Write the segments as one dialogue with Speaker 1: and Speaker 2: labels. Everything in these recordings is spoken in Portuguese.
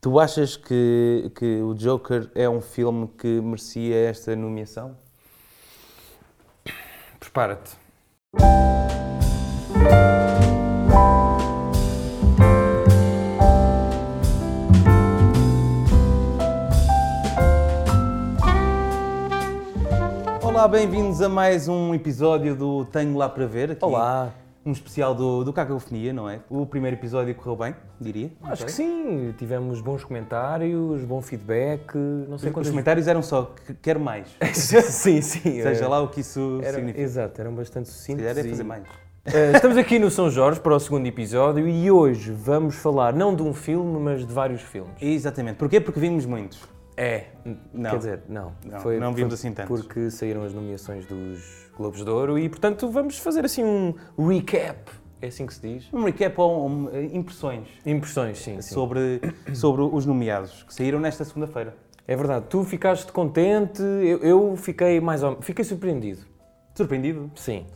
Speaker 1: Tu achas que, que o Joker é um filme que merecia esta nomeação?
Speaker 2: Prepara-te.
Speaker 1: Olá, bem-vindos a mais um episódio do Tenho Lá para Ver. Aqui
Speaker 3: Olá.
Speaker 1: Um especial do, do Cacofonia, não é? O primeiro episódio correu bem, diria.
Speaker 3: Acho que sim, tivemos bons comentários, bom feedback, não sei
Speaker 1: Os, os
Speaker 3: quantos...
Speaker 1: comentários eram só, "Que- quero mais.
Speaker 3: sim, sim.
Speaker 1: Seja
Speaker 3: é.
Speaker 1: lá o que isso
Speaker 3: Era-
Speaker 1: significa.
Speaker 3: Exato, eram bastante
Speaker 1: Se
Speaker 3: sucintos.
Speaker 1: calhar é
Speaker 3: e-
Speaker 1: fazer mais.
Speaker 3: Eh, estamos aqui no São Jorge para o segundo episódio e hoje vamos falar não de um filme, mas de vários filmes.
Speaker 1: Exatamente. Porquê? Porque vimos muitos.
Speaker 3: É.
Speaker 1: Não.
Speaker 3: Quer dizer, não.
Speaker 1: Não, não vimos assim tantos.
Speaker 3: Porque saíram as nomeações dos Globos de Ouro e, portanto, vamos fazer assim um recap. É assim que se diz? Assim,
Speaker 1: Um recap ou um, eh, impressões
Speaker 3: Impressões, sim. sim.
Speaker 1: sobre, sobre os nomeados que saíram nesta segunda-feira.
Speaker 3: É verdade. Tu ficaste contente, eu, eu fiquei mais ou Fiquei surpreendido.
Speaker 1: Surpreendido?
Speaker 3: Sim.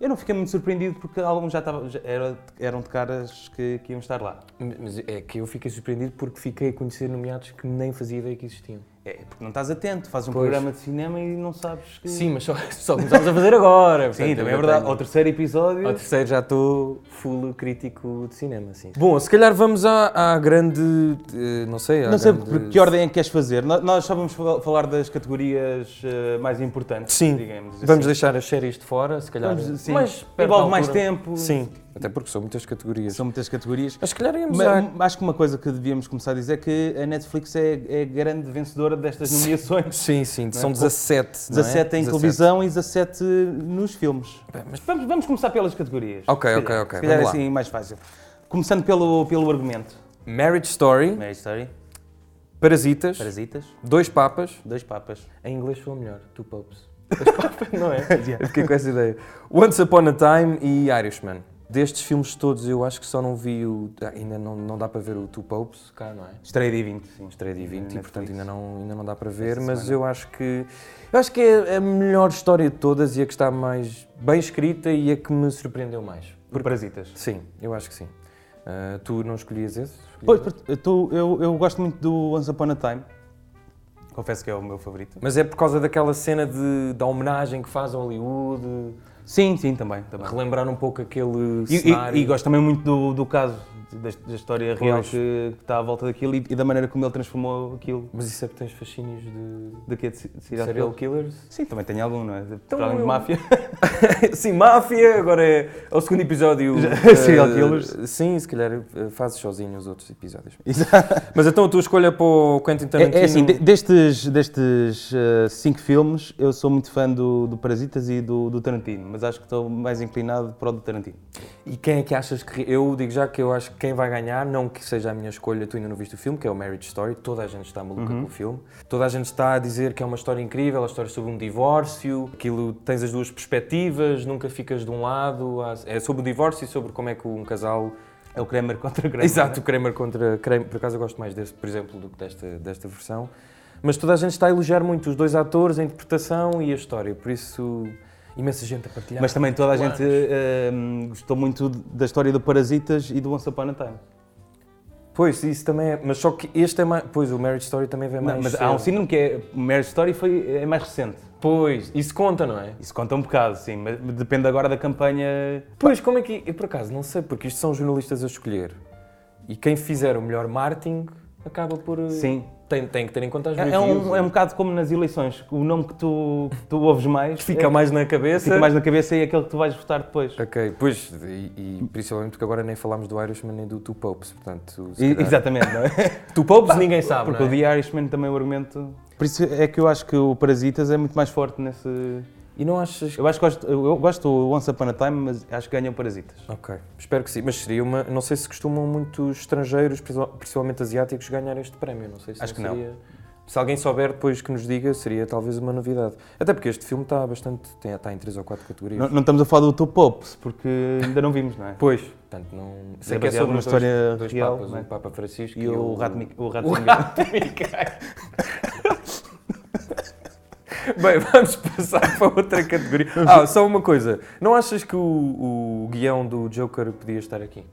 Speaker 1: Eu não fiquei muito surpreendido porque alguns já, estavam já era- eram de caras que, que iam estar lá.
Speaker 3: Mas é que eu fiquei surpreendido porque fiquei a conhecer nomeados que nem fazia ideia que existiam.
Speaker 1: É, porque não estás atento, fazes um
Speaker 3: Pois.
Speaker 1: programa de cinema e não sabes que.
Speaker 3: Sim, mas só, só começámos a fazer agora.
Speaker 1: Sim,
Speaker 3: portanto,
Speaker 1: também é
Speaker 3: eu
Speaker 1: verdade.
Speaker 3: tenho-
Speaker 1: Ao terceiro episódio.
Speaker 3: Ao terceiro já estou full crítico de cinema, sim. Bom, se calhar vamos à, à grande. eh, não sei. à
Speaker 1: Não sei
Speaker 3: grande-
Speaker 1: por que ordem é que queres fazer. No- Nós só vamos fal- falar das categorias eh, mais importantes,
Speaker 3: Sim,
Speaker 1: digamos assim.
Speaker 3: Vamos deixar as séries de fora, se calhar.
Speaker 1: Vamos, sim.
Speaker 3: mais perto da
Speaker 1: Envolve mais
Speaker 3: altura.
Speaker 1: tempo.
Speaker 3: Sim, até porque são muitas categorias.
Speaker 1: São muitas categorias.
Speaker 3: Mas se calhar íamos
Speaker 1: Ma-
Speaker 3: à.
Speaker 1: m- acho que uma coisa que devíamos começar a dizer é que a Netflix é, é grande vencedora destas nomeações.
Speaker 3: Sim, sim, são
Speaker 1: Com-
Speaker 3: 17. não é?
Speaker 1: 17 em televisão e 17 nos filmes. Mas vamos, vamos começar pelas categorias.
Speaker 3: Ok,
Speaker 1: Se
Speaker 3: ok,
Speaker 1: calhar.
Speaker 3: ok,
Speaker 1: Se calhar é
Speaker 3: vamos lá.
Speaker 1: assim mais fácil. Começando pelo, pelo argumento.
Speaker 3: Marriage Story,
Speaker 1: Mary Story,
Speaker 3: Parasitas,
Speaker 1: Parasitas,
Speaker 3: Dois Papas.
Speaker 1: Dois Papas.
Speaker 3: Em inglês foi melhor, Two Popes. não é?
Speaker 1: Yeah.
Speaker 3: Eu fiquei com essa ideia. Once Upon a Time e Irishman. Destes filmes todos, eu acho que só não vi o. ah, Ainda não, não dá para ver o Two Popes, cá, não é?
Speaker 1: Estreia dia 20, sim.
Speaker 3: Estreia de 20 e,
Speaker 1: Netflix.
Speaker 3: portanto, ainda não, ainda não dá para ver,
Speaker 1: Esta
Speaker 3: mas
Speaker 1: semana.
Speaker 3: eu acho que. Eu acho que é a melhor história de todas e a que está mais bem escrita e a que me surpreendeu mais.
Speaker 1: Por Parasitas.
Speaker 3: Sim, eu acho que sim. Ah, tu não escolhias esse?
Speaker 1: Pois, por- tu- eu, eu gosto muito do Once Upon a Time. Confesso que é o meu favorito.
Speaker 3: Mas é por causa daquela cena de, da homenagem que faz a Hollywood,
Speaker 1: Sim, sim, também. também.
Speaker 3: relembrar um pouco aquele
Speaker 1: E, e-
Speaker 3: cenário.
Speaker 1: e gosto também muito do, do caso, da, da história real
Speaker 3: Pois.
Speaker 1: que, que está à volta daquilo e, e da maneira como ele transformou aquilo.
Speaker 3: Mas isso é porque tens fascínios de
Speaker 1: De que é de, ci- de serial
Speaker 3: serial
Speaker 1: killer.
Speaker 3: killers?
Speaker 1: Sim, também tem algum, não é? De,
Speaker 3: Então
Speaker 1: para além de
Speaker 3: eu-
Speaker 1: máfia.
Speaker 3: sim, máfia, agora é, é o segundo episódio.
Speaker 1: Já-
Speaker 3: eh,
Speaker 1: serial killers.
Speaker 3: Sim, se calhar eh, fazes sozinho os outros episódios.
Speaker 1: Exato.
Speaker 3: Mas então a tua escolha para o Quentin Tarantino...
Speaker 1: É, é assim, de- destes, destes eh, cinco filmes, eu sou muito fã do, do Parasitas e do, do Tarantino, mas acho que estou mais inclinado para o do Tarantino.
Speaker 3: E quem é que achas que... Eu digo já que eu acho que quem vai ganhar, não que seja a minha escolha, tu ainda não viste o filme, que é o Marriage Story, toda a gente está maluca com o filme. Toda a gente está a dizer que é uma história incrível, a história sobre um divórcio, aquilo tens as duas perspectivas, nunca ficas de um lado, há- é sobre o divórcio e sobre como é que um casal...
Speaker 1: É o Kramer contra o Kramer.
Speaker 3: Exato, o Kramer contra Kramer. Por acaso eu gosto mais desse, por exemplo, do que desta, desta versão. Mas toda a gente está a elogiar muito os dois atores, a interpretação e a história. Por isso, imensa gente a partilhar.
Speaker 1: Mas também toda a
Speaker 3: Planos.
Speaker 1: gente eh, hum, gostou muito da história do Parasitas e do Once Upon a Time.
Speaker 3: Pois, isso também é. Mas só que este é mais. Pois, o Marriage Story também vem mais.
Speaker 1: Não, mas
Speaker 3: cedo.
Speaker 1: há um síndrome que é. Marriage Story foi, é mais recente.
Speaker 3: Pois, isso conta, não é?
Speaker 1: Isso conta um bocado, sim, mas depende agora da campanha.
Speaker 3: Pois, como é que. Eu por acaso não sei, porque isto são jornalistas a escolher. E quem fizer o melhor marketing acaba por. eh,
Speaker 1: Sim.
Speaker 3: Tem, tem que ter em conta as
Speaker 1: É, é
Speaker 3: reviews,
Speaker 1: um, é um bocado como nas eleições. O nome que tu, que tu ouves mais
Speaker 3: Fica
Speaker 1: é-
Speaker 3: mais na cabeça.
Speaker 1: fica mais na cabeça e é aquele que tu vais votar depois.
Speaker 3: Ok, pois, e, e principalmente porque agora nem falámos do Irishman nem do Two Popes, portanto... se
Speaker 1: E-
Speaker 3: calhar-
Speaker 1: Exatamente, não é?
Speaker 3: Two Popes ninguém sabe,
Speaker 1: Porque
Speaker 3: não
Speaker 1: o
Speaker 3: é?
Speaker 1: The Irishman também é o argumento. Por isso é que eu acho que o Parasitas é muito mais forte nesse.
Speaker 3: E não achas... que-
Speaker 1: Eu acho que gosto, eu gosto do Once Upon a Time, mas acho que ganha o Parasitas.
Speaker 3: Ok, espero que sim, mas seria uma... Não sei se costumam muitos estrangeiros, principal- principalmente asiáticos, ganhar este prémio, não sei se
Speaker 1: Acho que não.
Speaker 3: seria... Se alguém souber depois que nos diga, seria talvez uma novidade. Até porque este filme está bastante... tem- Está em três ou quatro categorias.
Speaker 1: Não, não estamos a falar do Top Pops, porque ainda não vimos, não é?
Speaker 3: Pois. Portanto, não... Sei que é
Speaker 1: baseado
Speaker 3: sobre
Speaker 1: numa
Speaker 3: os
Speaker 1: história
Speaker 3: dois, dois
Speaker 1: real,
Speaker 3: papas,
Speaker 1: não é?
Speaker 3: o Papa Francisco um
Speaker 1: E o Ratnik. O
Speaker 3: O
Speaker 1: Ratnik.
Speaker 3: rato Bem, vamos passar para outra categoria. Ah, só uma coisa. Não achas que o, o guião do Joker podia estar aqui?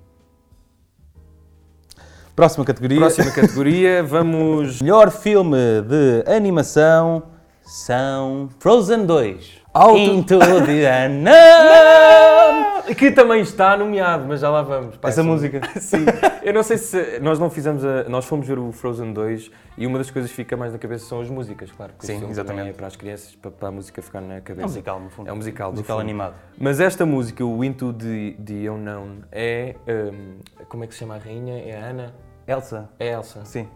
Speaker 1: Próxima categoria.
Speaker 3: Próxima categoria, vamos.
Speaker 1: Melhor filme de animação são Frozen 2.
Speaker 3: Auto-
Speaker 1: Into the unknown.
Speaker 3: Que também está nomeado, mas já lá vamos. Pá,
Speaker 1: Essa
Speaker 3: sim.
Speaker 1: música.
Speaker 3: Sim. Eu não sei se. Nós não fizemos. A, nós fomos ver o Frozen 2 e uma das coisas que fica mais na cabeça são as músicas, claro. porque o
Speaker 1: Sim,
Speaker 3: filme também
Speaker 1: exatamente.
Speaker 3: É para as crianças, para, para a música ficar na cabeça.
Speaker 1: É um musical, no fundo.
Speaker 3: É um musical. do
Speaker 1: musical
Speaker 3: fundo.
Speaker 1: animado.
Speaker 3: Mas esta música, o Into the, the Unknown, é. hum, como é que se chama a rainha? É a Ana?
Speaker 1: Elsa.
Speaker 3: É a Elsa.
Speaker 1: Sim.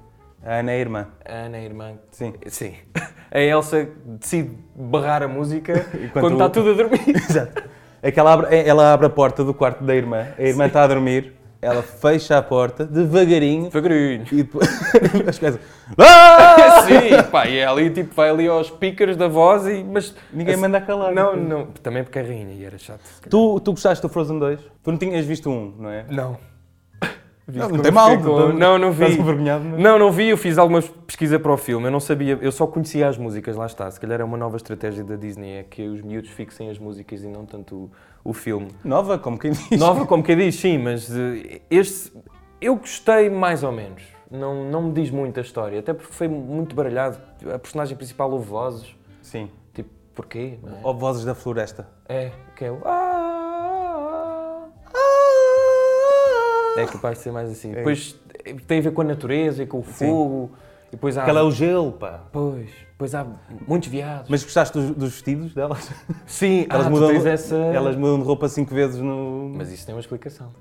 Speaker 1: A Ana é a irmã.
Speaker 3: A Ana, a irmã.
Speaker 1: Sim.
Speaker 3: Sim. A Elsa decide barrar a música
Speaker 1: Enquanto
Speaker 3: quando
Speaker 1: o-
Speaker 3: está tudo a dormir.
Speaker 1: Exato. É que ela abre, é- ela abre a porta do quarto da irmã. A irmã está a dormir. Ela fecha a porta devagarinho
Speaker 3: Devagarinho.
Speaker 1: e depois as coisas. Ah!
Speaker 3: Sim, pá, e é ali, tipo, vai ali aos pickers da voz e... Mas...
Speaker 1: Ninguém
Speaker 3: assim,
Speaker 1: manda calar.
Speaker 3: Não, não. Também porque é rainha e era chato.
Speaker 1: Tu, tu gostaste do Frozen 2? Tu não tinhas visto um, não é?
Speaker 3: Não. Viste
Speaker 1: Não, não
Speaker 3: como
Speaker 1: tem mal.
Speaker 3: ficou?
Speaker 1: então
Speaker 3: Não, não
Speaker 1: Estás
Speaker 3: vi.
Speaker 1: envergonhado, mas-
Speaker 3: Não, não vi, eu fiz algumas pesquisa para o filme, eu não sabia, eu só conhecia as músicas, lá está. Se calhar é uma nova estratégia da Disney, é que os miúdos fixem as músicas e não tanto o, o filme.
Speaker 1: Nova, como quem diz.
Speaker 3: Nova, como quem diz, sim, mas eh, este eu gostei mais ou menos. Não, não me diz muito a história, até porque foi muito baralhado. A personagem principal ouve vozes,
Speaker 1: Sim.
Speaker 3: tipo, porquê? não é?
Speaker 1: Ou Vozes da Floresta.
Speaker 3: É, que é o. "Ah, ah, ah". É capaz de ser mais assim. Depois eh, tem a ver com a natureza e com o fogo. E depois há.
Speaker 1: Porque ela é o gelo, pá.
Speaker 3: Pois, depois há muitos viados.
Speaker 1: Mas gostaste dos, dos vestidos delas?
Speaker 3: Sim,
Speaker 1: elas,
Speaker 3: ah, tu
Speaker 1: mudam,
Speaker 3: tens essa.
Speaker 1: elas mudam de roupa cinco vezes no.
Speaker 3: Mas isso tem uma explicação.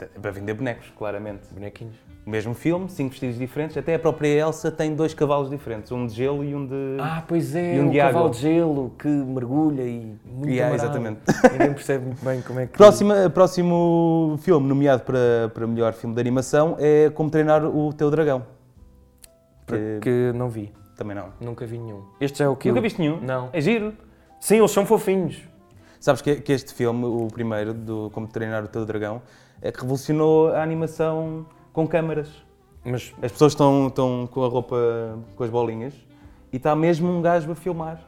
Speaker 1: É Para vender bonecos, claramente.
Speaker 3: Bonequinhos.
Speaker 1: O mesmo filme, cinco vestidos diferentes. Até a própria Elsa tem dois cavalos diferentes. Um de gelo e um de.
Speaker 3: Ah, pois é,
Speaker 1: E um
Speaker 3: o
Speaker 1: de
Speaker 3: cavalo
Speaker 1: água.
Speaker 3: de gelo que mergulha e muito
Speaker 1: Yeah,
Speaker 3: amarado.
Speaker 1: exatamente.
Speaker 3: Ninguém percebe muito bem como é que...
Speaker 1: Próxima, próximo filme nomeado para, para melhor filme de animação é Como Treinar o Teu Dragão.
Speaker 3: Que...
Speaker 1: Que-
Speaker 3: não vi,
Speaker 1: Também não.
Speaker 3: nunca vi nenhum. Este já é o que
Speaker 1: Nunca viste nenhum?
Speaker 3: Não.
Speaker 1: É giro.
Speaker 3: Sim, eles são fofinhos.
Speaker 1: Sabes que, que este filme, o primeiro, do Como Treinar o Teu Dragão, é que revolucionou a animação com câmaras.
Speaker 3: Mas
Speaker 1: As pessoas estão, estão com a roupa, com as bolinhas, e está mesmo um gajo a filmar.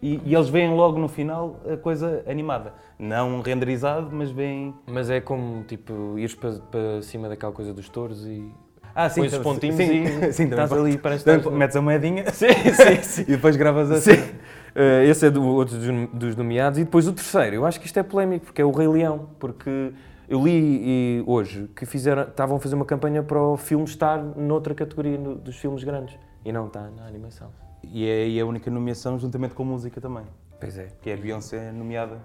Speaker 1: E, e eles veem logo no final a coisa animada. Não renderizado, mas veem.
Speaker 3: Mas é como, tipo, ires para, para cima daquela coisa dos touros e...
Speaker 1: Ah,
Speaker 3: Pões os pontinhos
Speaker 1: sim,
Speaker 3: e
Speaker 1: sim, também
Speaker 3: estás
Speaker 1: pode.
Speaker 3: ali, parece que
Speaker 1: Também
Speaker 3: estás-
Speaker 1: pode- Metes a moedinha
Speaker 3: Sim, sim, sim.
Speaker 1: e depois gravas assim. a
Speaker 3: Sim. Eh, esse é do, outro dos, dos nomeados. E depois o terceiro, eu acho que isto é polémico, porque é o Rei Leão. Porque eu li e, hoje que fizeram, estavam a fazer uma campanha para o filme estar noutra categoria no- dos filmes grandes. E não está na animação.
Speaker 1: E é, e é a única nomeação juntamente com música também.
Speaker 3: Pois é.
Speaker 1: Que é a Beyoncé nomeada.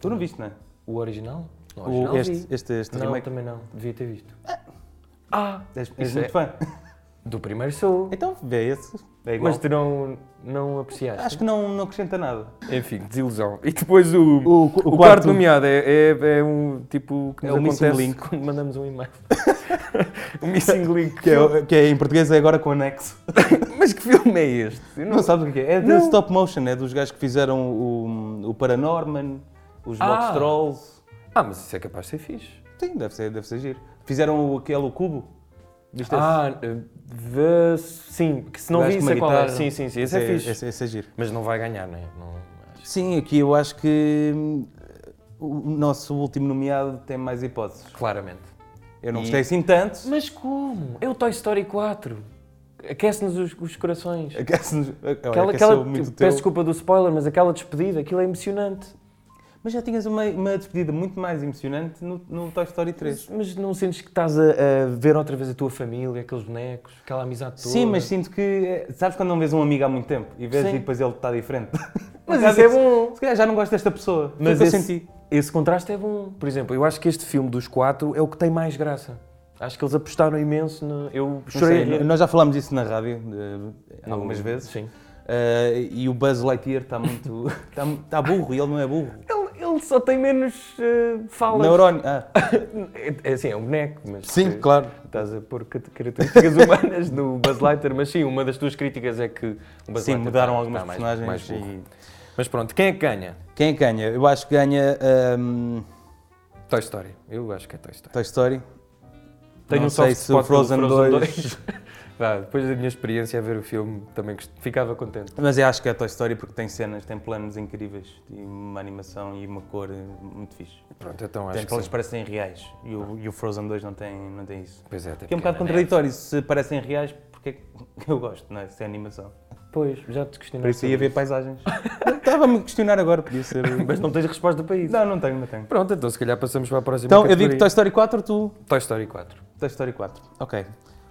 Speaker 1: Tu não viste, não é?
Speaker 3: O original? O
Speaker 1: O-
Speaker 3: original
Speaker 1: este,
Speaker 3: vi.
Speaker 1: este, este
Speaker 3: Não,
Speaker 1: remake.
Speaker 3: também não. Devia ter visto. é Ah!
Speaker 1: És, és
Speaker 3: Isso
Speaker 1: muito
Speaker 3: é-
Speaker 1: fã.
Speaker 3: Do primeiro sou.
Speaker 1: Então vê esse. É igual.
Speaker 3: Mas tu não, não apreciaste.
Speaker 1: Acho que não, não acrescenta nada.
Speaker 3: Enfim, desilusão. E depois o...
Speaker 1: O,
Speaker 3: O quarto nomeado é, é, é um tipo que
Speaker 1: É
Speaker 3: nos
Speaker 1: o missing
Speaker 3: acontece
Speaker 1: link.
Speaker 3: quando mandamos um e-mail. o missing link.
Speaker 1: Que é, que é em português é agora com anexo.
Speaker 3: Mas que filme é este? Eu
Speaker 1: Não sabes o que é? É de
Speaker 3: Não.
Speaker 1: stop motion, é dos gajos que fizeram o, o Paranorman, os
Speaker 3: Ah.
Speaker 1: Box Trolls.
Speaker 3: Ah, mas isso é capaz de ser fixe.
Speaker 1: Sim, deve ser, deve ser giro. Fizeram o- aquele o cubo. Viste esse?
Speaker 3: Ah, eh, vê- sim, que se não
Speaker 1: Gajo
Speaker 3: vi
Speaker 1: com
Speaker 3: isso
Speaker 1: uma
Speaker 3: é qual é.
Speaker 1: guitarra.
Speaker 3: Sim, sim, sim, esse é, fixe.
Speaker 1: Esse, esse é giro.
Speaker 3: Mas não vai ganhar, né? não acho.
Speaker 1: Sim, aqui eu acho que hum, o nosso último nomeado tem mais hipóteses.
Speaker 3: Claramente.
Speaker 1: Eu não
Speaker 3: E-
Speaker 1: gostei assim tanto.
Speaker 3: Mas como? É o Toy Story 4. Aquece-nos os, os corações.
Speaker 1: Aquece-nos- tipo,
Speaker 3: Aquela,
Speaker 1: É aqueceu
Speaker 3: aquela,
Speaker 1: muito o teu.
Speaker 3: peço desculpa do spoiler, mas aquela despedida, aquilo é emocionante.
Speaker 1: Mas já tinhas uma, uma despedida muito mais emocionante no, no Toy Story 3.
Speaker 3: Mas não sentes que estás a, a ver outra vez a tua família, aqueles bonecos, aquela amizade toda?
Speaker 1: Sim, mas sinto que. eh, Sabes quando não vês um amigo há muito tempo e vês
Speaker 3: Sim.
Speaker 1: e depois ele está diferente?
Speaker 3: Mas
Speaker 1: Já
Speaker 3: isso é
Speaker 1: disse-
Speaker 3: bom.
Speaker 1: Se calhar já não gosto desta pessoa. Foi
Speaker 3: Mas
Speaker 1: o que eu
Speaker 3: esse-
Speaker 1: senti.
Speaker 3: Esse contraste é bom. Por exemplo, eu acho que este filme dos quatro é o que tem mais graça. Acho que eles apostaram imenso no... Eu
Speaker 1: Não
Speaker 3: chorei.
Speaker 1: sei, nós já falámos isso na rádio eh,
Speaker 3: No-
Speaker 1: algumas vezes.
Speaker 3: Sim.
Speaker 1: Eh, e o Buzz Lightyear está muito. está tá burro e ele não é burro.
Speaker 3: Ele, ele só tem menos eh, falas.
Speaker 1: Neurónio. Ah,
Speaker 3: É, é assim, é um boneco, mas...
Speaker 1: sim,
Speaker 3: eh,
Speaker 1: claro.
Speaker 3: Estás a pôr cat- características humanas no Buzz Lightyear, mas sim, uma das tuas críticas é que o Buzz
Speaker 1: Sim,
Speaker 3: Lightyear
Speaker 1: mudaram
Speaker 3: está-
Speaker 1: algumas
Speaker 3: está mais-
Speaker 1: personagens.
Speaker 3: mais burro.
Speaker 1: e-
Speaker 3: Mas pronto, quem é que ganha?
Speaker 1: Quem é que ganha? Eu acho que ganha hum,
Speaker 3: Toy Story. Eu acho que é Toy Story.
Speaker 1: Toy Story.
Speaker 3: Tenho
Speaker 1: Não
Speaker 3: um soft
Speaker 1: sei se o
Speaker 3: spot pelo
Speaker 1: Frozen 2.
Speaker 3: Vá, depois da minha experiência a ver o filme, também gost- ficava contente.
Speaker 1: Mas eu acho que é a Toy Story porque tem cenas, tem planos incríveis e uma animação e uma cor eh, muito fixe.
Speaker 3: Pronto, então acho
Speaker 1: Tem
Speaker 3: que
Speaker 1: planos
Speaker 3: sim.
Speaker 1: que parecem reais e o, e o Frozen 2 não tem, não tem isso.
Speaker 3: Pois é, até
Speaker 1: Que é um bocado contraditório, se parecem reais, porque é que eu gosto, não é? Se é animação.
Speaker 3: Pois, já te questionei.
Speaker 1: Por isso ia ver paisagens. Estava-me a questionar agora, podia ser.
Speaker 3: Mas não tens resposta para isso.
Speaker 1: Não, não tenho, não tenho.
Speaker 3: Pronto, então se calhar passamos para a próxima
Speaker 1: Então, eu digo Toy
Speaker 3: categoria.
Speaker 1: Story 4, tu
Speaker 3: Toy Story 4.
Speaker 1: Toy Story 4. Ok.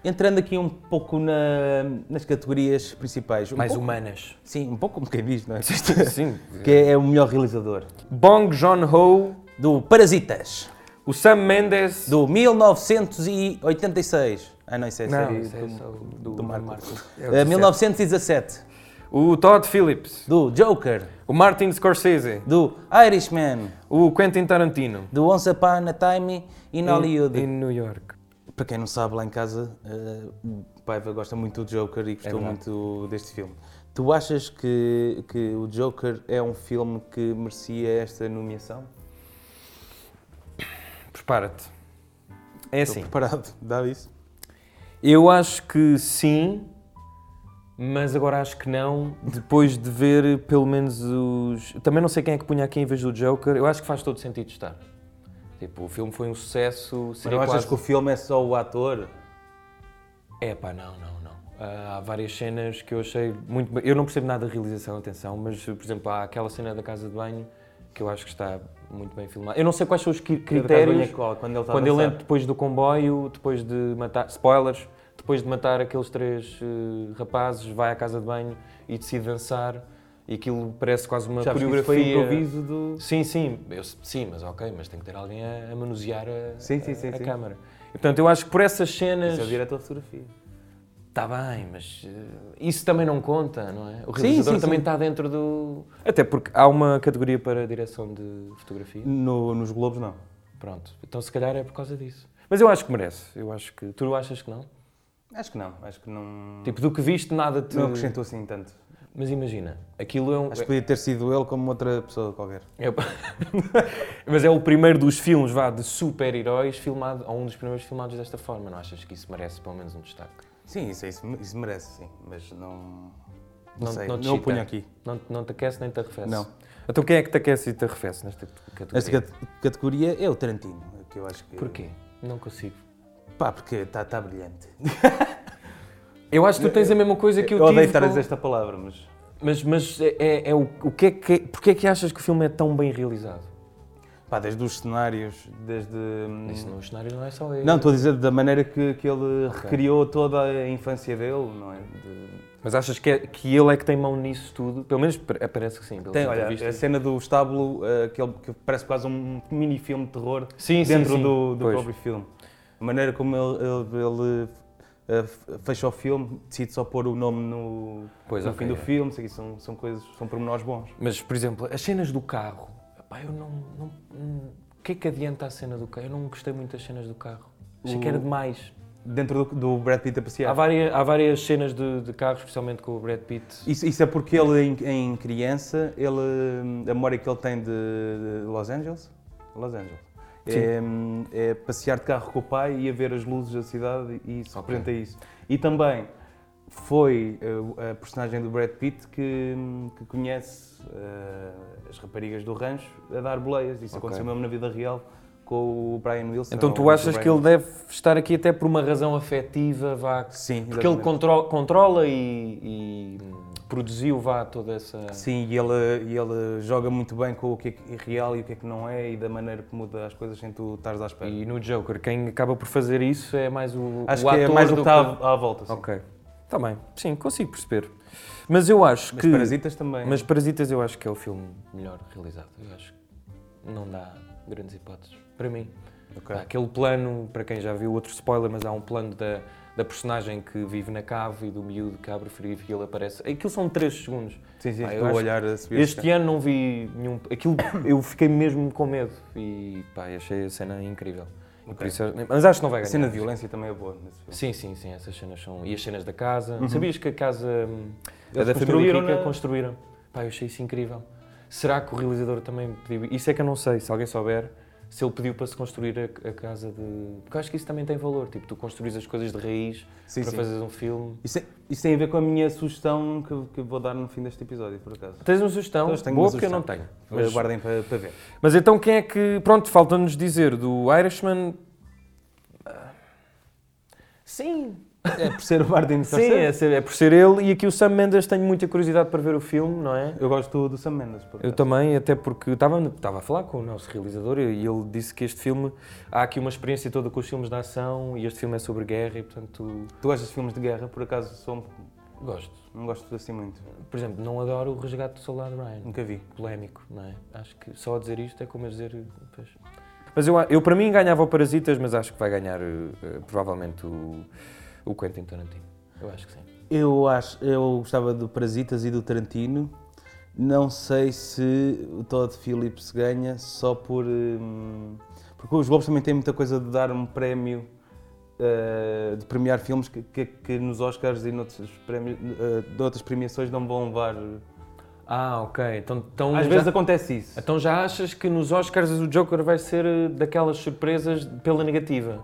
Speaker 1: Entrando aqui um pouco na- nas categorias principais. Um
Speaker 3: Mais
Speaker 1: pouco-
Speaker 3: humanas.
Speaker 1: Sim, um pouco como quem diz, não é?
Speaker 3: Sim.
Speaker 1: que é, é o melhor realizador.
Speaker 3: Bong Joon-ho,
Speaker 1: Do Parasitas,
Speaker 3: o Sam Mendes...
Speaker 1: do 1986. Ah, não, isso é a
Speaker 3: Não,
Speaker 1: série
Speaker 3: isso é
Speaker 1: do,
Speaker 3: só o-
Speaker 1: do,
Speaker 3: do
Speaker 1: Marco.
Speaker 3: Marco. É o
Speaker 1: Eh,
Speaker 3: 17.
Speaker 1: 1917,
Speaker 3: O Todd Phillips,
Speaker 1: do Joker,
Speaker 3: o Martin Scorsese,
Speaker 1: do Irishman,
Speaker 3: o Quentin Tarantino.
Speaker 1: do Once Upon a Time in Hollywood.
Speaker 3: Em, em New York.
Speaker 1: Para quem não sabe, lá em casa, eh, o Paiva gosta muito do Joker e gostou
Speaker 3: É verdade.
Speaker 1: muito deste filme. Tu achas que, que o Joker é um filme que merecia esta nomeação?
Speaker 3: Prepara-te. É assim.
Speaker 1: Preparado, dá isso?
Speaker 3: Eu acho que sim, mas agora acho que não. Depois de ver pelo menos os. Também não sei quem é que punha aqui em vez do Joker. Eu acho que faz todo sentido estar. Tipo, o filme foi um sucesso.
Speaker 1: Mas
Speaker 3: Seria
Speaker 1: não achas
Speaker 3: quase...
Speaker 1: que o filme é só o ator?
Speaker 3: É pá, não, não, não. Ah, há várias cenas que eu achei muito. bem- Eu não percebo nada da realização, atenção, mas por exemplo, há aquela cena da casa de banho que eu acho que está muito bem filmada. Eu não sei quais são os cri-
Speaker 1: é
Speaker 3: critérios.
Speaker 1: Quando ele está
Speaker 3: Quando ele entra depois do comboio, depois de matar. Spoilers! Depois de matar aqueles três eh, rapazes, vai à casa de banho e decide dançar. E aquilo parece quase uma
Speaker 1: Já coreografia...
Speaker 3: coreografia.
Speaker 1: foi improviso do...
Speaker 3: Sim, sim, eu, sim, mas ok, mas tem que ter alguém a, a manusear a,
Speaker 1: Sim, sim, sim,
Speaker 3: a, a
Speaker 1: sim.
Speaker 3: câmara. E, portanto, eu acho que por essas cenas.
Speaker 1: Esse é o diretor de fotografia.
Speaker 3: Está bem, mas eh, isso também não conta, não é? O
Speaker 1: Sim,
Speaker 3: realizador
Speaker 1: sim,
Speaker 3: também
Speaker 1: sim.
Speaker 3: está dentro do. Até porque há uma categoria para direção de fotografia.
Speaker 1: No- nos Globos, não.
Speaker 3: Pronto, então se calhar é por causa disso. Mas eu acho que merece. Eu acho que. Tu achas que não?
Speaker 1: Acho que não, acho que não...
Speaker 3: Tipo, do que viste, nada te.
Speaker 1: Não acrescentou assim tanto.
Speaker 3: Mas imagina, aquilo é um.
Speaker 1: Acho que podia ter sido ele como outra pessoa qualquer.
Speaker 3: é- Mas é o primeiro dos filmes, vá, de super-heróis filmado, ou um dos primeiros filmados desta forma. Não achas que isso merece pelo menos um destaque?
Speaker 1: Sim, isso, isso, isso merece, sim. Mas não. Não,
Speaker 3: Não-
Speaker 1: sei,
Speaker 3: não
Speaker 1: não,
Speaker 3: te
Speaker 1: o
Speaker 3: chita.
Speaker 1: punho aqui.
Speaker 3: Não, te- não te aquece nem te arrefece?
Speaker 1: Não.
Speaker 3: Então quem é que te aquece e te arrefece nesta categoria?
Speaker 1: Esta cate- categoria é o Tarantino, que eu acho que.
Speaker 3: Porquê? Não consigo.
Speaker 1: Pá, porque está tá brilhante.
Speaker 3: Eu acho que tu tens a mesma coisa que eu,
Speaker 1: eu odeio
Speaker 3: tive.
Speaker 1: estar a
Speaker 3: com-
Speaker 1: dizer esta palavra, mas.
Speaker 3: Mas, mas é, é- é o, o que é que é- porque é que achas que o filme é tão bem realizado?
Speaker 1: Pá, desde os cenários, desde. hum,
Speaker 3: Isso não, o cenário não é só ele.
Speaker 1: Não, estou a dizer da maneira que, que ele recriou toda a infância dele, não é? De-
Speaker 3: Mas achas que, é- que ele é que tem mão nisso tudo? Pelo menos pa- parece que sim. pelas
Speaker 1: Tem, olha, é a
Speaker 3: entrevistas.
Speaker 1: cena do estábulo, eh, que, ele- que parece quase um mini-filme de terror
Speaker 3: Sim, sim,
Speaker 1: dentro
Speaker 3: sim.
Speaker 1: do, do
Speaker 3: Pois.
Speaker 1: próprio filme. A maneira como ele, ele- ele, eh, f- fecha o filme, decide só pôr o nome no,
Speaker 3: Pois,
Speaker 1: no
Speaker 3: ok,
Speaker 1: fim do
Speaker 3: é.
Speaker 1: filme, isso aqui são, são coisas, são pormenores bons.
Speaker 3: Mas, por exemplo, as cenas do carro. Epá, eu não. não- não- o que é que adianta a cena do carro? Eu não gostei muito das cenas do carro. Achei que era demais.
Speaker 1: Dentro do, do Brad Pitt a passear.
Speaker 3: Há várias, há várias cenas de, de carro, especialmente com o Brad Pitt.
Speaker 1: Isso, isso é porque ele, em, em criança, ele, hum, a memória que ele tem de, de Los Angeles, Los Angeles é, hum, é passear de carro com o pai e a ver as luzes da cidade e isso
Speaker 3: Ok.
Speaker 1: representa isso. E também foi uh, a personagem do Brad Pitt que, hum, que conhece uh, as raparigas do rancho a dar boleias. Isso
Speaker 3: Ok.
Speaker 1: aconteceu mesmo na vida real com o Brian Wilson.
Speaker 3: Então
Speaker 1: ou
Speaker 3: tu
Speaker 1: o
Speaker 3: achas
Speaker 1: Brian
Speaker 3: que ele deve estar aqui até por uma razão afetiva, vá, que-
Speaker 1: Sim,
Speaker 3: porque ele
Speaker 1: exatamente.
Speaker 3: contro- controla e, e, hum, produziu, vá, toda essa...
Speaker 1: Sim, e ele, e ele joga muito bem com o que é, que é real e o que é que não é e da maneira que muda as coisas sem tu estares à espera.
Speaker 3: E no Joker, quem acaba por fazer isso é mais o
Speaker 1: Acho
Speaker 3: o
Speaker 1: que é
Speaker 3: ator
Speaker 1: mais o
Speaker 3: do
Speaker 1: que está à, à volta. Sim.
Speaker 3: Ok, está bem. Sim, consigo perceber. Mas eu acho
Speaker 1: Mas
Speaker 3: que...
Speaker 1: Parasitas também.
Speaker 3: Mas Parasitas eu acho que é o filme melhor realizado. Eu acho que não dá grandes hipóteses. Para mim.
Speaker 1: Ok.
Speaker 3: Há aquele plano, para quem já viu outro spoiler, mas há um plano da, da personagem que vive na cave e do miúdo que abre o frigorífico e ele aparece. Aquilo são 3 segundos.
Speaker 1: Sim, sim,
Speaker 3: Pá, Ah, eu
Speaker 1: estou a
Speaker 3: acho
Speaker 1: olhar a subir.
Speaker 3: Este ano não vi nenhum. Aquilo eu fiquei mesmo com medo e pá, achei a cena incrível. E por
Speaker 1: Ok.
Speaker 3: isso- mas acho que não vai
Speaker 1: A
Speaker 3: ganhar.
Speaker 1: cena de violência também é boa nesse filme.
Speaker 3: Sim, sim, sim, essas cenas são. E as cenas da casa. Sabias que a casa hum, a
Speaker 1: Eles
Speaker 3: Uhum. da família
Speaker 1: construíram
Speaker 3: rica
Speaker 1: na-
Speaker 3: construíram? Pá, eu achei isso incrível. Será que o realizador também pediu? Isso é que eu não sei, se alguém souber, se ele pediu para se construir a, a casa de. Porque eu acho que isso também tem valor, tipo, tu construís as coisas de raiz
Speaker 1: Sim,
Speaker 3: para
Speaker 1: sim.
Speaker 3: fazeres um filme.
Speaker 1: Isso, é- isso tem a ver com a minha sugestão que, que vou dar no fim deste episódio, por acaso.
Speaker 3: Tens uma sugestão?
Speaker 1: Pois, tenho
Speaker 3: Boa,
Speaker 1: uma
Speaker 3: porque eu
Speaker 1: sugestão.
Speaker 3: não tenho.
Speaker 1: Mas...
Speaker 3: Mas,
Speaker 1: Aguardem para, para ver.
Speaker 3: mas então quem é que. Pronto, falta-nos dizer do Irishman. Ah, Sim,
Speaker 1: É por ser o Martin
Speaker 3: sim,
Speaker 1: Scorsese.
Speaker 3: é, ser- é por ser ele. E aqui o Sam Mendes tenho muita curiosidade para ver o filme, não é?
Speaker 1: Eu gosto do Sam Mendes, por
Speaker 3: Eu
Speaker 1: acaso.
Speaker 3: também, até porque estava, estava a falar com o nosso realizador e ele disse que este filme, há aqui uma experiência toda com os filmes de ação e este filme é sobre guerra e portanto
Speaker 1: Tu gostas de filmes de guerra, por acaso sou um-
Speaker 3: gosto.
Speaker 1: não gosto assim muito.
Speaker 3: Por exemplo, não adoro o Resgate do Soldado Ryan,
Speaker 1: Nunca vi.
Speaker 3: polémico, não é? Acho que só a dizer isto é como a dizer... pois. Mas eu, eu para mim ganhava o Parasitas, mas acho que vai ganhar eh, provavelmente o, o Quentin Tarantino. Eu acho que sim.
Speaker 1: Eu acho, eu gostava do Parasitas e do Tarantino. Não sei se o Todd Phillips ganha só por. hum, porque os Globos também têm muita coisa de dar um prémio, eh, de premiar filmes que, que- que nos Oscars e noutros prémios, eh, de outras premiações não vão levar.
Speaker 3: Ah, ok. Então, então
Speaker 1: Às
Speaker 3: já-
Speaker 1: vezes acontece isso.
Speaker 3: Então já achas que nos Oscars o Joker vai ser eh, daquelas surpresas pela negativa?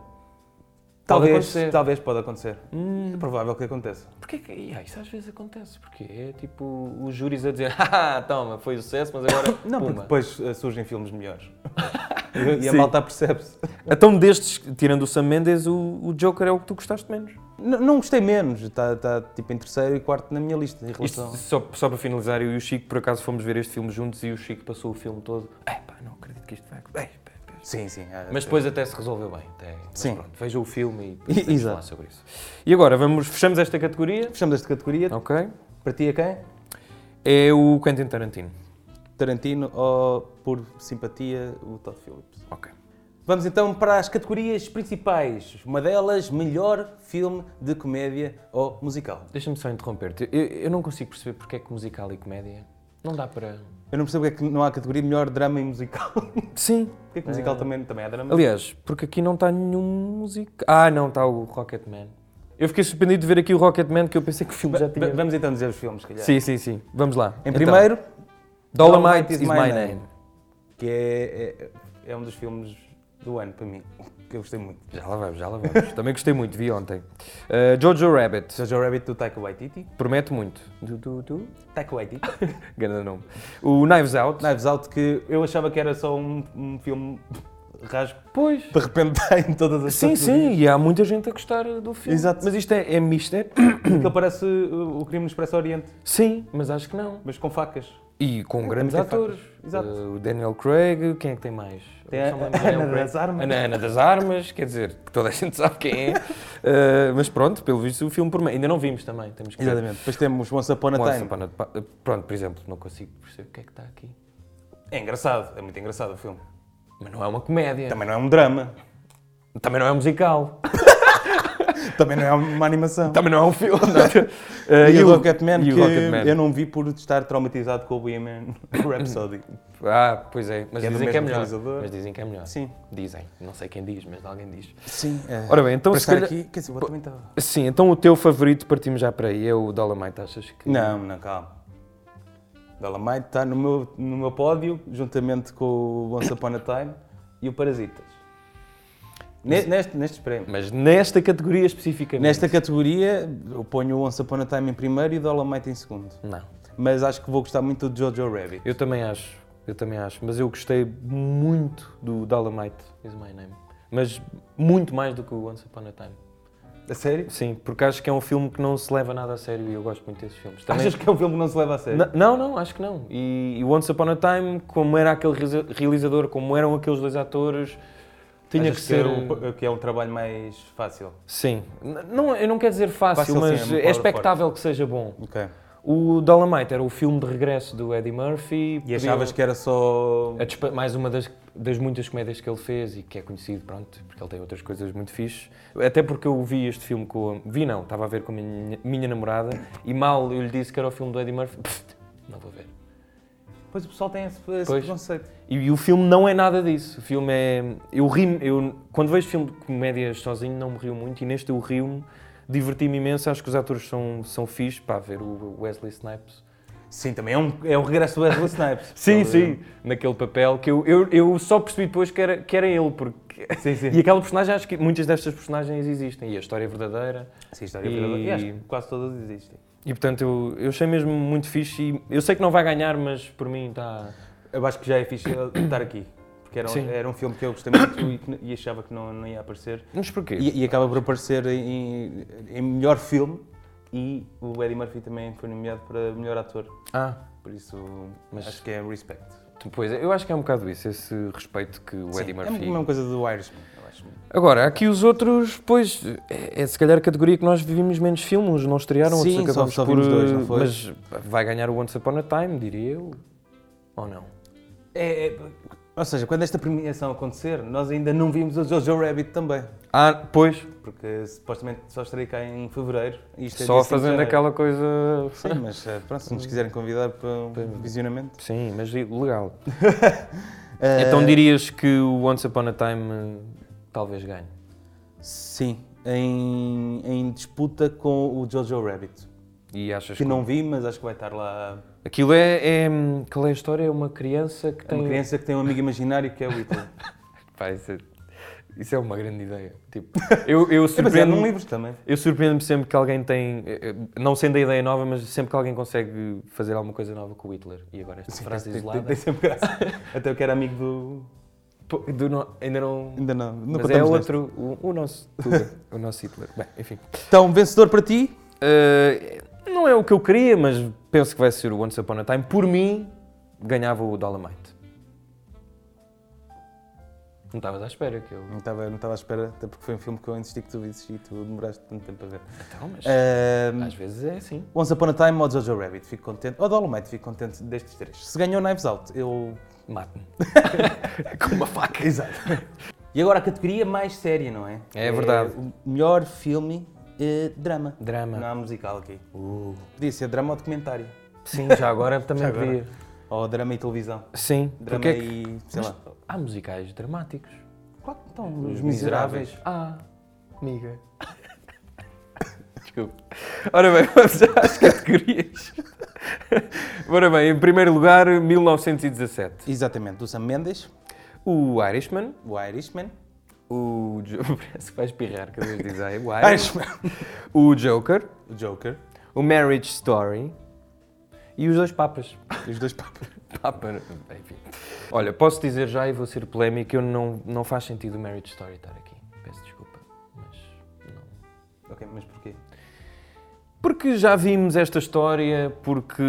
Speaker 1: Talvez,
Speaker 3: acontecer.
Speaker 1: talvez pode acontecer.
Speaker 3: Hum,
Speaker 1: É provável que aconteça.
Speaker 3: porque é que e, ah, isso às vezes acontece? Porque é tipo os júris a dizer, ah, toma, foi sucesso, mas agora.
Speaker 1: Não, porque
Speaker 3: puma.
Speaker 1: depois eh, surgem filmes melhores. e, e a
Speaker 3: Sim.
Speaker 1: malta percebe-se.
Speaker 3: Então destes, tirando o Sam Mendes, o, o Joker é o que tu gostaste menos.
Speaker 1: N- não gostei menos, está tipo em terceiro e quarto na minha lista em relação.
Speaker 3: Isto, só, só para finalizar, eu e o Chico, por acaso fomos ver este filme juntos e o Chico passou o filme todo. É pá, não acredito que isto vai acontecer. Ei, pá, pá."
Speaker 1: Sim, sim. é,
Speaker 3: Mas depois até se resolveu bem. Até, mas
Speaker 1: Sim.
Speaker 3: Pronto, veja o filme e
Speaker 1: I-
Speaker 3: depois podemos falar
Speaker 1: exato.
Speaker 3: sobre isso. E agora, vamos, fechamos esta categoria.
Speaker 1: Fechamos esta categoria.
Speaker 3: Ok.
Speaker 1: Para ti é quem?
Speaker 3: É o Quentin Tarantino.
Speaker 1: Tarantino ou, por simpatia, o Todd Phillips.
Speaker 3: Ok.
Speaker 1: Vamos então para as categorias principais. Uma delas, melhor filme de comédia ou musical.
Speaker 3: Deixa-me só interromper-te. Eu, eu não consigo perceber porque é que musical e comédia não dá para.
Speaker 1: Eu não percebo porque é que não há categoria melhor drama e musical. Porque
Speaker 3: Sim.
Speaker 1: é que musical também, também é drama.
Speaker 3: Aliás, porque aqui não está nenhum musical. Ah, não, está o Rocketman. Eu fiquei surpreendido de ver aqui o Rocketman, que eu pensei que o filme já
Speaker 1: Va-
Speaker 3: tinha.
Speaker 1: Vamos então dizer os filmes, se calhar.
Speaker 3: Sim, sim, sim. Vamos lá.
Speaker 1: Em
Speaker 3: Então,
Speaker 1: primeiro,
Speaker 3: Dolomite is, my name.
Speaker 1: que é, é, é um dos filmes do ano para mim, que eu gostei muito.
Speaker 3: Já lá vamos, já lá vamos. Também gostei muito, vi ontem. Ah, Jojo Rabbit.
Speaker 1: Jojo Rabbit do Taika Waititi.
Speaker 3: Promete muito. Du, du, du.
Speaker 1: Taika Waititi.
Speaker 3: Grande nome. O Knives Out.
Speaker 1: Knives Out é que eu achava que era só um, um filme rasgo.
Speaker 3: Pois.
Speaker 1: De repente está em todas as
Speaker 3: Sim,
Speaker 1: categorias.
Speaker 3: sim, e há muita gente a gostar do filme.
Speaker 1: Exato.
Speaker 3: Mas isto é, é mistério?
Speaker 1: Que ele parece uh, o Crime no Expresso Oriente,
Speaker 3: Sim, mas acho que não.
Speaker 1: mas com facas.
Speaker 3: E
Speaker 1: É,
Speaker 3: com grandes
Speaker 1: também tem
Speaker 3: atores.
Speaker 1: facas. Exato.
Speaker 3: Uh, o Daniel Craig, quem é que tem mais?
Speaker 1: Tem
Speaker 3: Eu
Speaker 1: a-
Speaker 3: só me
Speaker 1: a
Speaker 3: lembro do Daniel
Speaker 1: Ana
Speaker 3: Craig.
Speaker 1: das Armas.
Speaker 3: Ana, Ana das Armas, quer dizer, que toda a gente sabe quem é. Uh, mas pronto, pelo visto o filme por Ainda não vimos também, temos que ver.
Speaker 1: Depois temos Once Upon a
Speaker 3: Once
Speaker 1: Time.
Speaker 3: Upon a Pa- Pronto, por exemplo, não consigo perceber o que é que está aqui.
Speaker 1: É engraçado, é muito engraçado o filme.
Speaker 3: Mas não é uma comédia.
Speaker 1: Também
Speaker 3: Também,
Speaker 1: não é um drama,
Speaker 3: não é um musical.
Speaker 1: também não é uma animação.
Speaker 3: Também não é um filme. Uh,
Speaker 1: E, o Rocketman,
Speaker 3: e o
Speaker 1: que
Speaker 3: Rocketman.
Speaker 1: eu não vi por estar traumatizado com o Bohemian Rhapsody.
Speaker 3: Ah, pois é. Mas
Speaker 1: Que é do
Speaker 3: dizem que é
Speaker 1: mesmo
Speaker 3: melhor.
Speaker 1: realizador.
Speaker 3: Mas dizem que é melhor.
Speaker 1: Sim.
Speaker 3: Dizem. Não sei quem diz, mas alguém diz.
Speaker 1: Sim. é.
Speaker 3: Ora bem, então
Speaker 1: Para
Speaker 3: se
Speaker 1: estar
Speaker 3: calhar-
Speaker 1: aqui, quer dizer, o outro também estava.
Speaker 3: Sim, então o teu favorito, partimos já para aí, é o Dolomite, achas que...
Speaker 1: Não, não, calma. Dolomite está no meu, no meu pódio, juntamente com o Once Upon a Time e o Parasitas. Ne- Neste, nestes prémios.
Speaker 3: Mas nesta categoria especificamente?
Speaker 1: Nesta categoria, eu ponho o Once Upon a Time em primeiro e o Dolomite em segundo.
Speaker 3: Não.
Speaker 1: Mas acho que vou gostar muito do Jojo Rabbit.
Speaker 3: Eu também acho, eu também acho, mas eu gostei muito do Dolomite, is my name. Mas muito mais do que o Once Upon a Time.
Speaker 1: A sério?
Speaker 3: Sim, porque acho que é um filme que não se leva nada a sério e eu gosto muito desses filmes. Também...
Speaker 1: Achas que é um filme que não se leva a sério?
Speaker 3: N- Não, não, acho que não. E, e Once Upon a Time, como era aquele reza- realizador, como eram aqueles dois atores, tinha
Speaker 1: Achas
Speaker 3: que ser...
Speaker 1: é o- que é um trabalho mais fácil.
Speaker 3: Sim. N- Não, eu não quero dizer fácil,
Speaker 1: Fácil, sim,
Speaker 3: mas
Speaker 1: é uma
Speaker 3: é
Speaker 1: palavra
Speaker 3: expectável que seja bom.
Speaker 1: Ok.
Speaker 3: O Dolomite era o filme de regresso do Eddie Murphy.
Speaker 1: E É- achavas que era só.
Speaker 3: A despa- É tipo, mais uma das, das muitas comédias que ele fez e que é conhecido, pronto, porque ele tem outras coisas muito fixes. Até porque eu vi este filme com. a- Vi não, estava a ver com a minha, minha namorada e mal eu lhe disse que era o filme do Eddie Murphy. Pfft, não vou ver.
Speaker 1: Pois o pessoal tem esse, esse
Speaker 3: Pois.
Speaker 1: preconceito.
Speaker 3: E, e o filme não é nada disso. O filme é. Eu ri eu Quando vejo filme de comédias sozinho, não me rio muito e neste eu rio-me, diverti-me imenso. Acho que os atores são, são fixes. Pá, ver o Wesley Snipes.
Speaker 1: Sim, também é, um, é o regresso do Wesley Snipes.
Speaker 3: Sim,
Speaker 1: Ele-
Speaker 3: sim, naquele papel que eu, eu, eu só percebi depois que era, que era ele, porque.
Speaker 1: Sim, sim.
Speaker 3: E aquela personagem, acho que muitas destas personagens existem, e a história é verdadeira.
Speaker 1: Sim, história
Speaker 3: E-
Speaker 1: verdadeira. E acho que quase todas existem.
Speaker 3: E portanto, eu, eu achei mesmo muito fixe. E eu sei que não vai ganhar, mas por mim está.
Speaker 1: Eu acho que já é fixe estar aqui. Porque era,
Speaker 3: Sim.
Speaker 1: um- era um filme que eu gostei muito e, que- e achava que não, não ia aparecer.
Speaker 3: Mas porquê?
Speaker 1: E, e acaba por aparecer em, em melhor filme. E o Eddie Murphy também foi nomeado para melhor ator.
Speaker 3: Ah,
Speaker 1: Por isso,
Speaker 3: Mas-
Speaker 1: acho que é respect.
Speaker 3: depois, eu acho que é um bocado isso, esse respeito que o
Speaker 1: Sim,
Speaker 3: Eddie Murphy.
Speaker 1: É a mesma coisa do Irishman, eu acho.
Speaker 3: Agora, aqui os outros, pois, é, é se calhar a categoria que nós vimos menos filmes, uns não estrearam,
Speaker 1: Sim, só-
Speaker 3: outros acabamos
Speaker 1: só
Speaker 3: por...
Speaker 1: vimos dois, não foi?
Speaker 3: Mas vai ganhar o Once Upon a Time, diria eu, ou não?
Speaker 1: É- é- ou seja, quando esta premiação acontecer, nós ainda não vimos o Jojo Rabbit também.
Speaker 3: Ah, pois,
Speaker 1: Porque supostamente só estarei cá em fevereiro. e isto é
Speaker 3: só
Speaker 1: dia 5 de
Speaker 3: fazendo
Speaker 1: janeiro.
Speaker 3: aquela coisa...
Speaker 1: Sim, mas eh, pronto, se nos quiserem convidar para um visionamento.
Speaker 3: Sim, mas legal.
Speaker 1: Eh,
Speaker 3: Então dirias que o Once Upon a Time eh, talvez ganhe.
Speaker 1: Sim, em, em disputa com o Jojo Rabbit.
Speaker 3: E achas
Speaker 1: Que
Speaker 3: que...
Speaker 1: não vi, mas acho que vai estar lá.
Speaker 3: Aquilo é, é... hum, Qual é a história? É uma criança que
Speaker 1: É
Speaker 3: tem...
Speaker 1: uma criança que tem um amigo imaginário que é o Hitler.
Speaker 3: Pá, isso, é... isso é uma grande ideia. Tipo, eu,
Speaker 1: É baseado
Speaker 3: eu
Speaker 1: num
Speaker 3: surpreendo...
Speaker 1: livro também.
Speaker 3: Eu surpreendo-me sempre que alguém tem, eh, eh, não sendo a ideia nova, mas sempre que alguém consegue fazer alguma coisa nova com o Hitler. E agora esta frase
Speaker 1: Tem- tem-
Speaker 3: isolada.
Speaker 1: tem sempre graça. Até eu que era amigo do.
Speaker 3: Pô, do no- ainda não.
Speaker 1: Ainda não. não
Speaker 3: mas é
Speaker 1: contamos
Speaker 3: outro, o, o nosso. Tuga, o nosso Hitler. Bem, enfim.
Speaker 1: neste. Então, vencedor para ti?
Speaker 3: Eh, não é o que eu queria, mas penso que vai ser o Once Upon a Time. Por mim, ganhava o Dolomite. Não estavas à espera que eu.
Speaker 1: Não estava, não estava à espera, até porque foi um filme que eu insisti que tu visses e tu demoraste tanto tempo a ver.
Speaker 3: Então, mas.
Speaker 1: Ahm,
Speaker 3: Às vezes é assim.
Speaker 1: Once Upon a Time ou Jojo Rabbit, fico contente. Ou Dolomite, fico contente destes três. Se ganhou Knives Out, eu.
Speaker 3: Mate-me. Com uma faca. Exato.
Speaker 1: E agora a categoria mais séria, não é?
Speaker 3: É verdade.
Speaker 1: o melhor filme eh, drama. Uh.
Speaker 3: Drama.
Speaker 1: Não há musical aqui. Podia ser drama ou documentário.
Speaker 3: Sim, já agora também
Speaker 1: agora.
Speaker 3: podia.
Speaker 1: Ou drama e televisão.
Speaker 3: Sim,
Speaker 1: Drama
Speaker 3: porque é que...
Speaker 1: e. sei
Speaker 3: Mas
Speaker 1: lá.
Speaker 3: Há musicais dramáticos.
Speaker 1: Claro é que estão os miseráveis.
Speaker 3: Ah, amiga. Desculpa. Ora bem, vamos às categorias. Ora bem, em primeiro lugar, 1917.
Speaker 1: Exatamente, do Sam Mendes,
Speaker 3: O Irishman.
Speaker 1: o Irishman.
Speaker 3: O... Jo- Parece que vai espirrar cada vez que diz aí. O
Speaker 1: Irishman.
Speaker 3: O Joker.
Speaker 1: O Joker.
Speaker 3: O Marriage Story. E os dois papas.
Speaker 1: Os dois papas.
Speaker 3: Papa, enfim. Olha, posso dizer já e vou ser polémico, eu não, não faz sentido o Marriage Story estar aqui. Peço desculpa, mas não.
Speaker 1: ok, mas porquê?
Speaker 3: Porque já vimos esta história, porque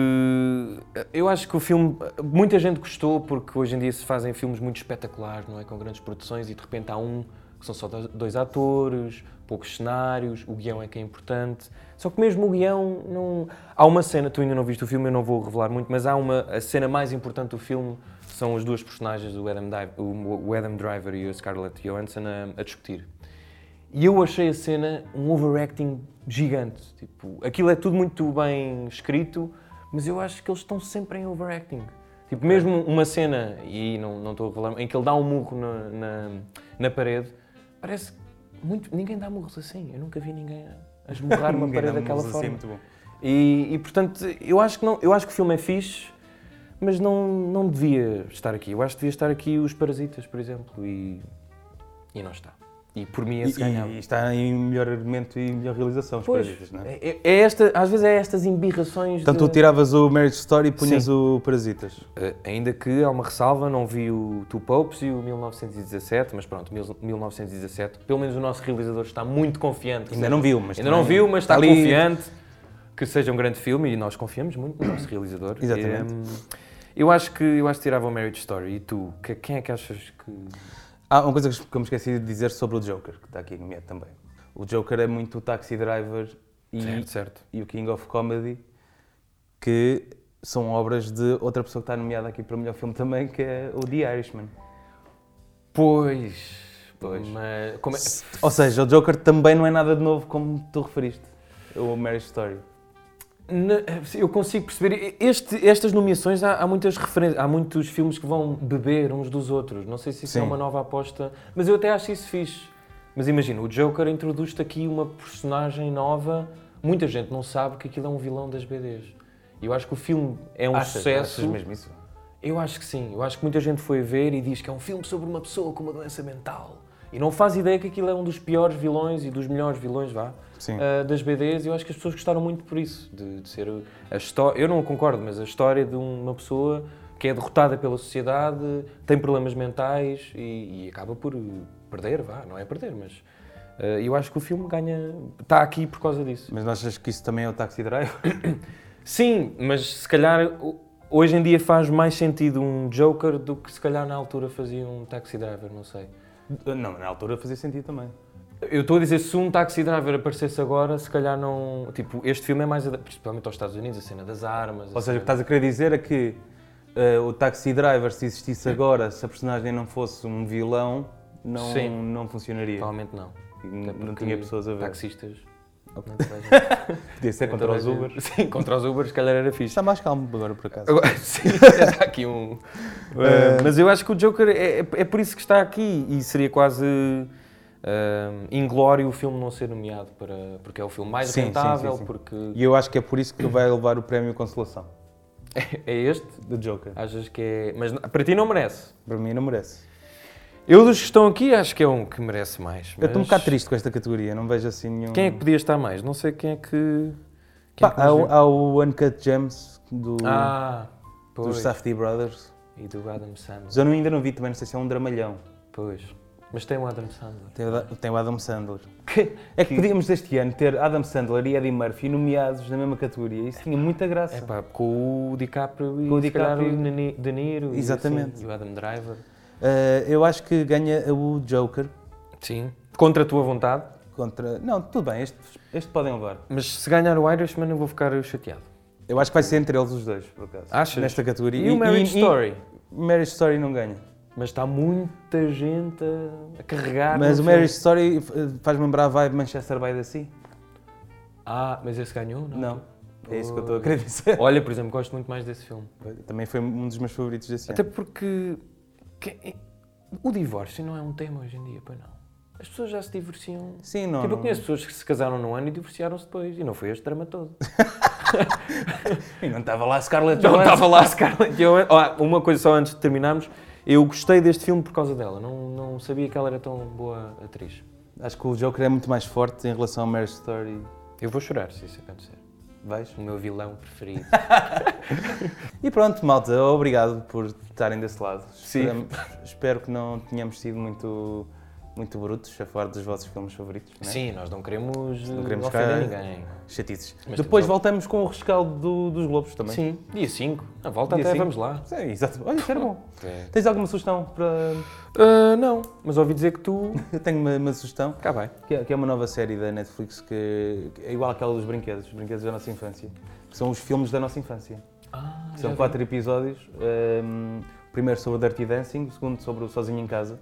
Speaker 3: eh, eu acho que o filme, muita gente gostou, porque hoje em dia se fazem filmes muito espetaculares, não é? Com grandes produções e de repente há um que são só dois- dois atores, poucos cenários, o guião é que é importante. Só que mesmo o guião não. Há uma cena, tu ainda não viste o filme, eu não vou revelar muito, mas há uma. A cena mais importante do filme são as duas personagens, o Adam, Dive- o o Adam Driver e a Scarlett Johansson, a- a discutir. E eu achei a cena um overacting gigante. Tipo, aquilo é tudo muito bem escrito, mas eu acho que eles estão sempre em overacting. Tipo, mesmo uma cena, e não, não estou a falar, em que ele dá um murro na, na, na parede, parece que muito. Ninguém dá murros assim. Eu nunca vi ninguém a esmurrar uma
Speaker 1: Ninguém dá
Speaker 3: parede daquela
Speaker 1: mãos assim,
Speaker 3: forma.
Speaker 1: muito bom.
Speaker 3: E, e, portanto, eu acho, que não, eu acho que o filme é fixe, mas não, não devia estar aqui. Eu acho que devia estar aqui os Parasitas, por exemplo, e, e não está. E por mim esse ganhava.
Speaker 1: E, e está em melhor argumento e melhor realização, os parasitas, não é?
Speaker 3: é, é esta, às vezes é estas embirrações.
Speaker 1: Portanto,
Speaker 3: de-
Speaker 1: tu tiravas o Marriage Story e punhas o Parasitas.
Speaker 3: Eh, ainda que há uma ressalva, não vi o Two Popes e o 1917, mas pronto, mil- 1917, pelo menos o nosso realizador está muito confiante.
Speaker 1: Ainda não viu, mas
Speaker 3: Ainda não
Speaker 1: também
Speaker 3: viu, mas está
Speaker 1: ali-
Speaker 3: confiante que seja um grande filme e nós confiamos muito no nosso realizador.
Speaker 1: Exatamente.
Speaker 3: Ehm, eu acho que eu acho que tirava o Marriage Story. E tu, que- quem é que achas que.
Speaker 1: Há uma coisa que eu me esqueci de dizer sobre o Joker, que está aqui nomeado também. O Joker é muito o Taxi Driver e,
Speaker 3: Certo, certo.
Speaker 1: e o King of Comedy, que são obras de outra pessoa que está nomeada aqui para o melhor filme também, que é o The Irishman.
Speaker 3: Pois. Pois. Mas, como é-
Speaker 1: Ou seja, o Joker também não é nada de novo, como tu referiste, o Marriage Story.
Speaker 3: Na- eu consigo perceber. Este- estas nomeações há, há muitas referências, há muitos filmes que vão beber uns dos outros. Não sei se isso é
Speaker 1: Sim.
Speaker 3: uma nova aposta, mas eu até acho isso fixe. Mas imagina, o Joker introduz-te aqui uma personagem nova. Muita gente não sabe que aquilo é um vilão das BDs. Eu acho que o filme é um
Speaker 1: Achas-
Speaker 3: sucesso.
Speaker 1: achas mesmo isso?
Speaker 3: Eu acho que sim. Eu acho que muita gente foi ver e diz que é um filme sobre uma pessoa com uma doença mental. E não faz ideia que aquilo é um dos piores vilões e dos melhores vilões, vá,
Speaker 1: Sim.
Speaker 3: ah, das BDs. E eu acho que as pessoas gostaram muito por isso. De, de ser a história. Eu não concordo, mas a história de uma pessoa que é derrotada pela sociedade, tem problemas mentais e, e acaba por perder, vá. Não é perder, mas. ah, eu acho que o filme ganha. Está aqui por causa disso.
Speaker 1: Mas não achas que isso também é o Taxi Driver?
Speaker 3: Sim, mas se calhar ho- hoje em dia faz mais sentido um Joker do que se calhar na altura fazia um Taxi Driver, não sei.
Speaker 1: não, na altura fazia sentido também.
Speaker 3: Eu estou a dizer, se um Taxi Driver aparecesse agora, se calhar não... Tipo, este filme é mais... ad- Principalmente aos Estados Unidos, a cena das armas... assim, a
Speaker 1: Ou seja, o que
Speaker 3: cena-
Speaker 1: estás a querer dizer é que eh, o Taxi Driver, se existisse agora, se a personagem não fosse um vilão, não,
Speaker 3: Sim.
Speaker 1: não funcionaria.
Speaker 3: Provavelmente não.
Speaker 1: N-
Speaker 3: Até
Speaker 1: Não
Speaker 3: porque
Speaker 1: tinha pessoas a ver.
Speaker 3: Taxistas... não toda a gente-
Speaker 1: Podia ser
Speaker 3: nem
Speaker 1: contra
Speaker 3: toda a
Speaker 1: os
Speaker 3: gente-
Speaker 1: Uber.
Speaker 3: Sim, contra os Uber se calhar era fixe.
Speaker 1: Está mais calmo agora, por acaso.
Speaker 3: Agora, sim, está aqui um. Eh, mas eu acho que o Joker é, é- é por isso que está aqui e seria quase eh, inglório o filme não ser nomeado para porque é o filme mais
Speaker 1: Sim, sim,
Speaker 3: rentável
Speaker 1: sim, sim.
Speaker 3: porque
Speaker 1: E eu acho que é por isso que vai levar o prémio Consolação,
Speaker 3: é este.
Speaker 1: do Joker.
Speaker 3: Achas que é? Mas n- para ti não merece.
Speaker 1: Para mim não merece.
Speaker 3: Eu dos que estão aqui acho que é um que merece mais.
Speaker 1: Eu estou um
Speaker 3: mas
Speaker 1: bocado triste com esta categoria, não vejo assim nenhum...
Speaker 3: Quem é que podia estar mais? Não sei quem é que. Quem
Speaker 1: Pá,
Speaker 3: é que
Speaker 1: há,
Speaker 3: nos
Speaker 1: o-
Speaker 3: viu?
Speaker 1: há o Uncut Gems do,
Speaker 3: Ah,
Speaker 1: dos
Speaker 3: pois.
Speaker 1: Safety Brothers.
Speaker 3: E do Adam Sandler.
Speaker 1: Mas eu não- ainda não vi também, não sei se é um dramalhão.
Speaker 3: Pois. Mas tem o Adam Sandler.
Speaker 1: Tem, o da- tem o Adam Sandler.
Speaker 3: Que-
Speaker 1: É que podíamos este ano ter Adam Sandler e Eddie Murphy nomeados na mesma categoria. Isso tinha muita graça.
Speaker 3: É pá, com o DiCaprio e
Speaker 1: Com o
Speaker 3: se calhar,
Speaker 1: DiCaprio.
Speaker 3: o De Ni- De Niro e
Speaker 1: Exatamente.
Speaker 3: assim, e o Adam Driver.
Speaker 1: Eh, eu acho que ganha o Joker
Speaker 3: Sim. Contra a tua vontade.
Speaker 1: contra. Não, tudo bem, este, este podem levar.
Speaker 3: Mas se ganhar o Irishman eu vou ficar chateado.
Speaker 1: Eu acho que vai ser entre eles os dois, por acaso.
Speaker 3: Achas?
Speaker 1: Nesta categoria.
Speaker 3: E, o Marriage Story?
Speaker 1: Marriage Story não ganha.
Speaker 3: Mas está muita gente a, a carregar.
Speaker 1: Mas
Speaker 3: no
Speaker 1: o Marriage
Speaker 3: filme.
Speaker 1: Story eh, faz-me lembrar a vibe Manchester by the Sea?
Speaker 3: Ah, mas esse ganhou? Não.
Speaker 1: Não. É isso que eu estou a querer dizer.
Speaker 3: Olha, por exemplo, gosto muito mais desse filme.
Speaker 1: Também foi um dos meus favoritos desse
Speaker 3: Até
Speaker 1: ano.
Speaker 3: porque. que- o divórcio não é um tema hoje em dia, pois não. As pessoas já se divorciam.
Speaker 1: Sim, não.
Speaker 3: tipo, eu
Speaker 1: não-
Speaker 3: conheço pessoas que se casaram num ano e divorciaram-se depois. E não foi este drama todo.
Speaker 1: E não estava lá a Scarlett
Speaker 3: Não é?
Speaker 1: Johansson.
Speaker 3: estava lá a Scarlett Johansson. Ah, uma coisa só antes de terminarmos. Eu gostei deste filme por causa dela. Não, não sabia que ela era tão boa atriz.
Speaker 1: Acho que o Joker é muito mais forte em relação ao Marriage Story.
Speaker 3: Eu vou chorar se isso acontecer.
Speaker 1: Vais?
Speaker 3: O meu vilão preferido. né?
Speaker 1: E pronto, malta, obrigado por estarem desse lado.
Speaker 3: Sim.
Speaker 1: Esperamos- Espero, que não tenhamos sido muito, muito brutos a falar dos vossos filmes favoritos. né?
Speaker 3: Sim, nós não queremos,
Speaker 1: Não
Speaker 3: não
Speaker 1: queremos
Speaker 3: ofender
Speaker 1: ficar-
Speaker 3: ninguém.
Speaker 1: Chatices.
Speaker 3: Mas
Speaker 1: Depois
Speaker 3: temos-
Speaker 1: voltamos com o rescaldo do- dos Globos também.
Speaker 3: Sim, dia É. 5. A volta
Speaker 1: Dia
Speaker 3: até,
Speaker 1: cinco.
Speaker 3: vamos lá.
Speaker 1: Sim, exato. Olha, isso era bom. Tens alguma sugestão para.
Speaker 3: Ah, não, mas ouvi dizer que tu...
Speaker 1: Eu tenho uma, uma sugestão,
Speaker 3: Cá vai.
Speaker 1: que é, que é uma nova série da Netflix que, que é igual àquela dos brinquedos, os brinquedos da nossa infância. Que são os filmes da nossa infância.
Speaker 3: Ah, já
Speaker 1: São
Speaker 3: vi.
Speaker 1: quatro episódios. hum, o primeiro sobre o Dirty Dancing, o segundo sobre o Sozinho em Casa,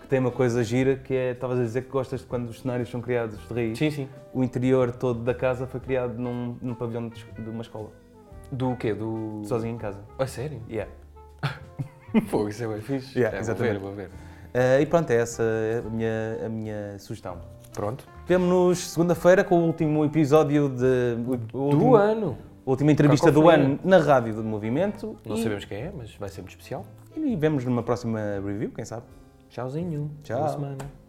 Speaker 1: que tem uma coisa gira que é, estavas a dizer que gostas de quando os cenários são criados de raiz.
Speaker 3: Sim, sim.
Speaker 1: O interior todo da casa foi criado num, num pavilhão de, de uma escola,
Speaker 3: Do quê? Do...
Speaker 1: Sozinho em Casa.
Speaker 3: A sério?
Speaker 1: Yeah.
Speaker 3: Fogo, isso é bem fixe.
Speaker 1: Yeah,
Speaker 3: É,
Speaker 1: exatamente.
Speaker 3: Vou ver, vou ver.
Speaker 1: Ah, e pronto, é essa a minha, a minha sugestão.
Speaker 3: Pronto.
Speaker 1: Vemo-nos segunda-feira com o último episódio de. O, o
Speaker 3: Do
Speaker 1: último-
Speaker 3: ano.
Speaker 1: a última entrevista do
Speaker 3: Cacofonia.
Speaker 1: ano na Rádio do Movimento.
Speaker 3: Não
Speaker 1: e,
Speaker 3: sabemos quem é, mas vai ser muito especial.
Speaker 1: e vemos numa próxima review, quem sabe.
Speaker 3: Tchauzinho.
Speaker 1: Tchau.
Speaker 3: Boa semana.